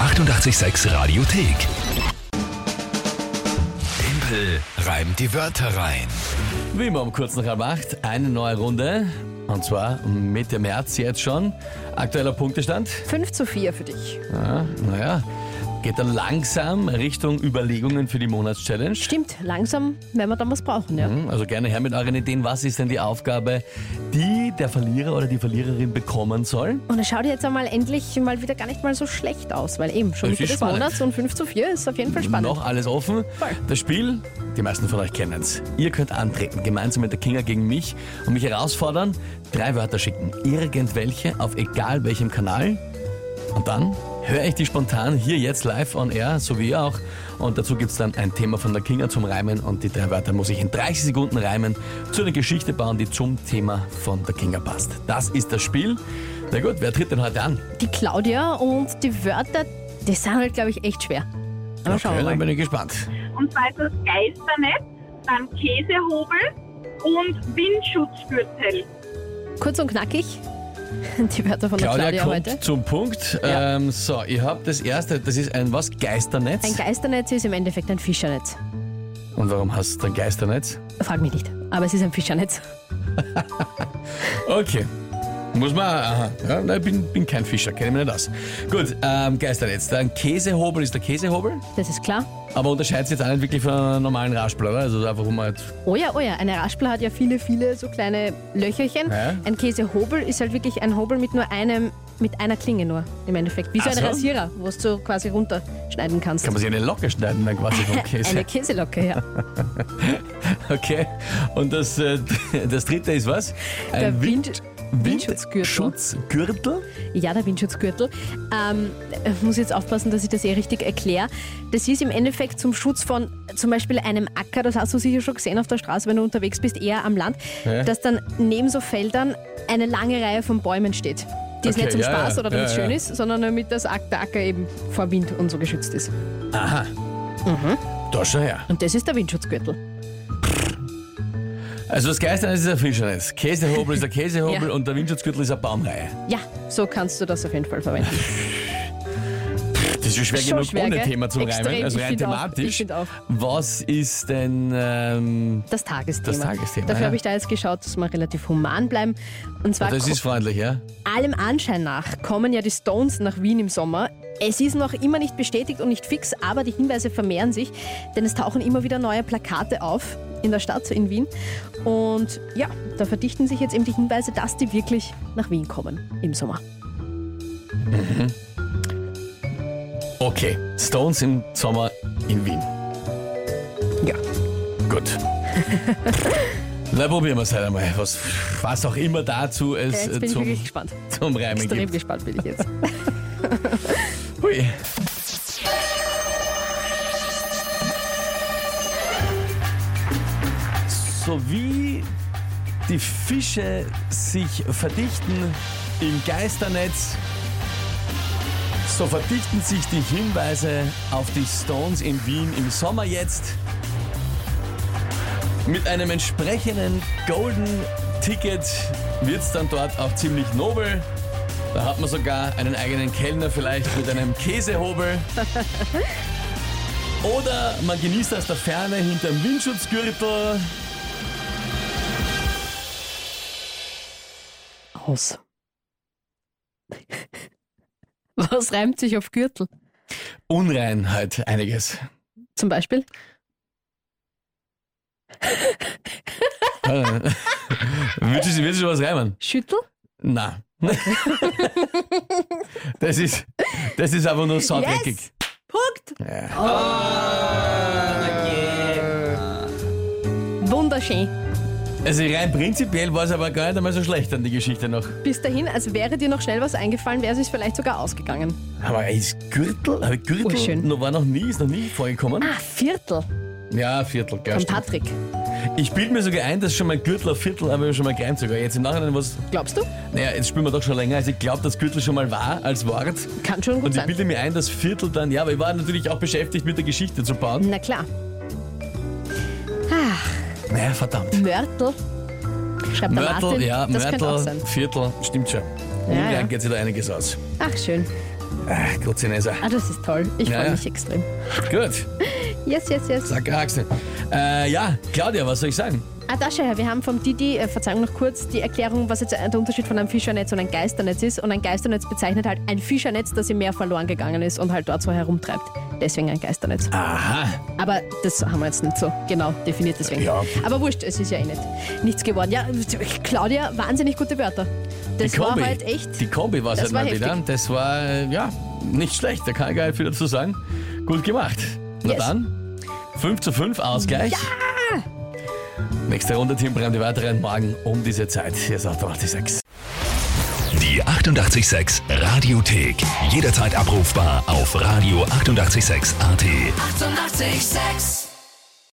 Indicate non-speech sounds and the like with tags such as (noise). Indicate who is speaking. Speaker 1: 886 Radiothek. Tempel reimt die Wörter rein.
Speaker 2: Wie immer um kurz nach halb acht, eine neue Runde. Und zwar Mitte März jetzt schon. Aktueller Punktestand.
Speaker 3: 5 zu 4 für dich.
Speaker 2: Ja, naja, geht dann langsam Richtung Überlegungen für die Monatschallenge.
Speaker 3: Stimmt, langsam werden wir dann was brauchen, ja.
Speaker 2: Hm, Also gerne her mit euren Ideen. Was ist denn die Aufgabe, die der Verlierer oder die Verliererin bekommen soll?
Speaker 3: Und es schaut jetzt einmal endlich mal wieder gar nicht mal so schlecht aus, weil eben schon
Speaker 2: Es
Speaker 3: Mitte
Speaker 2: ist
Speaker 3: des
Speaker 2: spannend.
Speaker 3: Monats und 5 zu 4 ist auf jeden Fall spannend.
Speaker 2: Noch alles offen.
Speaker 3: Voll.
Speaker 2: Das Spiel, die meisten von euch kennen es. Ihr könnt antreten, gemeinsam mit der Kinga gegen mich und mich herausfordern, drei Wörter schicken. Irgendwelche auf egal welchem Kanal. Und dann höre ich die spontan hier jetzt live on air, so wie ihr auch. Und dazu gibt es dann ein Thema von der Kinga zum Reimen und die drei Wörter muss ich in 30 Sekunden reimen zu einer Geschichte bauen, die zum Thema von der Kinga passt. Das ist das Spiel. Na gut, wer tritt denn heute an?
Speaker 3: Die Claudia und die Wörter, die sind halt, glaube ich, echt schwer. Aber schauen wir
Speaker 2: dann
Speaker 3: mal.
Speaker 2: bin ich gespannt.
Speaker 4: Und zwar ist das Geisternetz, dann Käsehobel und Windschutzgürtel.
Speaker 3: Kurz und knackig. (laughs) Die Wörter von der
Speaker 2: Claudia,
Speaker 3: Claudia
Speaker 2: kommt
Speaker 3: heute.
Speaker 2: zum Punkt.
Speaker 3: Ja.
Speaker 2: Ähm, so, ihr habt das erste, das ist ein was? Geisternetz?
Speaker 3: Ein Geisternetz ist im Endeffekt ein Fischernetz.
Speaker 2: Und warum hast du ein Geisternetz?
Speaker 3: Frag mich nicht, aber es ist ein Fischernetz.
Speaker 2: Okay. Muss man, aha. Ja, nein, ich bin, bin kein Fischer, kenne mich nicht aus. Gut, ähm, Geisternetz. Dann Käsehobel ist der Käsehobel,
Speaker 3: Das ist klar.
Speaker 2: aber unterscheidet sich jetzt auch nicht wirklich von einem normalen Raspel, oder? Also einfach um halt,
Speaker 3: Oh ja, oh ja, eine Raspel hat ja viele, viele so kleine Löcherchen.
Speaker 2: Ja.
Speaker 3: Ein Käsehobel ist halt wirklich ein Hobel mit nur einem, mit einer Klinge nur im Endeffekt. Wie so
Speaker 2: Ach
Speaker 3: ein
Speaker 2: so.
Speaker 3: Rasierer, wo du so quasi runterschneiden kannst.
Speaker 2: kann man sich eine Locke schneiden dann quasi
Speaker 3: (laughs)
Speaker 2: vom
Speaker 3: Eine
Speaker 2: Käse.
Speaker 3: Käselocke, ja.
Speaker 2: Okay. Und das, äh, (laughs) das dritte ist was? Ein
Speaker 3: Der Wind- Windschutzgürtel.
Speaker 2: Windschutzgürtel.
Speaker 3: Ja, der Windschutzgürtel. Ähm, ich muss jetzt aufpassen, dass ich das eh richtig erkläre. Das ist im Endeffekt zum Schutz von zum Beispiel einem Acker, das hast du sicher schon gesehen auf der Straße, wenn du unterwegs bist, eher am Land,
Speaker 2: Ja.
Speaker 3: dass dann neben so Feldern eine lange Reihe von Bäumen steht. Die ist
Speaker 2: Okay,
Speaker 3: nicht zum
Speaker 2: ja, ja.
Speaker 3: Spaß oder damit es
Speaker 2: Ja, ja.
Speaker 3: schön ist, sondern damit das Ack- der Acker eben vor Wind und so geschützt ist.
Speaker 2: Aha.
Speaker 3: Mhm.
Speaker 2: Da schon her.
Speaker 3: Und das ist der Windschutzgürtel.
Speaker 2: Also das Geisternetz ist ein Fischernetz, Käsehobel ist
Speaker 3: (laughs)
Speaker 2: der Käsehobel
Speaker 3: Ja.
Speaker 2: und der Windschutzgürtel ist eine Baumreihe.
Speaker 3: Ja, so kannst du das auf jeden Fall verwenden.
Speaker 2: (laughs) Das ist schon schwer
Speaker 3: Schon
Speaker 2: genug
Speaker 3: schwer,
Speaker 2: ohne
Speaker 3: gell?
Speaker 2: Thema zum
Speaker 3: Extrem,
Speaker 2: Reimen, also
Speaker 3: ich
Speaker 2: rein
Speaker 3: find auch, ich
Speaker 2: thematisch.
Speaker 3: find auch.
Speaker 2: Was ist denn... Ähm,
Speaker 3: Das Tagesthema.
Speaker 2: Das Tagesthema,
Speaker 3: Dafür
Speaker 2: ja.
Speaker 3: habe ich da jetzt geschaut, dass wir relativ human bleiben. Und zwar
Speaker 2: das ist freundlich, ja?
Speaker 3: Allem Anschein nach kommen ja die Stones nach Wien im Sommer. Es ist noch immer nicht bestätigt und nicht fix, aber die Hinweise vermehren sich, denn es tauchen immer wieder neue Plakate auf in der Stadt, in Wien. Und ja, da verdichten sich jetzt eben die Hinweise, dass die wirklich nach Wien kommen im Sommer.
Speaker 2: Okay, Stones im Sommer in Wien.
Speaker 3: Äh,
Speaker 2: Ja.
Speaker 3: (laughs)
Speaker 2: Gut. Na, probieren wir es halt einmal, was, was auch immer dazu es
Speaker 3: Jetzt
Speaker 2: äh,
Speaker 3: bin ich
Speaker 2: zum,
Speaker 3: wirklich gespannt.
Speaker 2: zum Reimen
Speaker 3: Extrem
Speaker 2: gibt.
Speaker 3: gespannt bin ich jetzt.
Speaker 2: Hui. So wie die Fische sich verdichten im Geisternetz, so verdichten sich die Hinweise auf die Stones in Wien im Sommer jetzt mit einem entsprechenden Golden Ticket wird's dann dort auch ziemlich nobel. Da hat man sogar einen eigenen Kellner vielleicht mit einem Käsehobel. Oder man genießt aus der Ferne hinterm Windschutzgürtel.
Speaker 3: Aus. Was reimt sich auf Gürtel?
Speaker 2: Unreinheit halt einiges.
Speaker 3: Zum Beispiel?
Speaker 2: Willst du, willst du was reimen?
Speaker 3: Schüttel?
Speaker 2: Na. (laughs) Das ist, das ist aber nur saudreckig.
Speaker 3: Yes! Punkt! Oh.
Speaker 2: Ja.
Speaker 3: Wunderschön.
Speaker 2: Also rein prinzipiell war es aber gar nicht einmal so schlecht an die Geschichte noch.
Speaker 3: Bis dahin, als wäre dir noch schnell was eingefallen, wäre es vielleicht sogar ausgegangen.
Speaker 2: Aber ist Gürtel, aber Gürtel
Speaker 3: Urschön.
Speaker 2: noch, war noch nie, ist noch nie vorgekommen.
Speaker 3: Ah, Viertel
Speaker 2: Ja, Viertel, gell.
Speaker 3: von
Speaker 2: stimmt.
Speaker 3: Patrick.
Speaker 2: Ich bilde mir sogar ein, dass schon mein Gürtel auf Viertel haben wir schon mal gereimt sogar. Jetzt im Nachhinein was.
Speaker 3: Glaubst du?
Speaker 2: Naja, jetzt spielen wir doch schon länger. Also ich glaube, dass Gürtel schon mal war als Wort.
Speaker 3: Kann schon gut
Speaker 2: Und ich
Speaker 3: sein.
Speaker 2: bilde mir ein, dass Viertel dann. Ja, aber ich war natürlich auch beschäftigt mit der Geschichte zu bauen.
Speaker 3: Na klar. Ah,
Speaker 2: Naja, verdammt.
Speaker 3: Mörtel. Schreibt der
Speaker 2: Mörtel,
Speaker 3: Martin.
Speaker 2: ja,
Speaker 3: das könnte auch
Speaker 2: Mörtel,
Speaker 3: sein.
Speaker 2: Viertel, stimmt schon.
Speaker 3: Ja,
Speaker 2: Unrein
Speaker 3: ja.
Speaker 2: geht sich da einiges aus.
Speaker 3: Ach, schön.
Speaker 2: Ach, gut, Sinesa.
Speaker 3: Ah, das ist toll. Ich
Speaker 2: Ja,
Speaker 3: freue
Speaker 2: ja.
Speaker 3: mich extrem.
Speaker 2: Gut,
Speaker 3: Yes, yes, yes.
Speaker 2: sag Axel. Äh, ja, Claudia, was soll ich sagen?
Speaker 3: Ah, das schon, ja. Wir haben vom Didi, äh, Verzeihung noch kurz, die Erklärung, was jetzt der Unterschied von einem Fischernetz und einem Geisternetz ist. Und ein Geisternetz bezeichnet halt ein Fischernetz, das im Meer verloren gegangen ist und halt dort so herumtreibt. Deswegen ein Geisternetz.
Speaker 2: Aha,
Speaker 3: Aber das haben wir jetzt nicht so genau definiert, deswegen.
Speaker 2: Ja.
Speaker 3: Aber wurscht, es ist ja eh nicht. Nichts geworden. Ja, Claudia, wahnsinnig gute Wörter. Das
Speaker 2: die
Speaker 3: war
Speaker 2: Kombi.
Speaker 3: halt echt.
Speaker 2: eh Die Kombi war es
Speaker 3: Das
Speaker 2: halt
Speaker 3: war
Speaker 2: mal wieder.
Speaker 3: heftig.
Speaker 2: Das war, äh, ja, nicht schlecht. Da kann ich gar nicht viel dazu sagen. Gut gemacht. Na
Speaker 3: Yes.
Speaker 2: dann, 5 zu 5 Ausgleich. Ja! Nächste Runde, Team Brand, die weiteren morgen um diese Zeit. Hier ist 886.
Speaker 1: Die 886 Radiothek. Jederzeit abrufbar auf radio886.at. 886!
Speaker 5: 886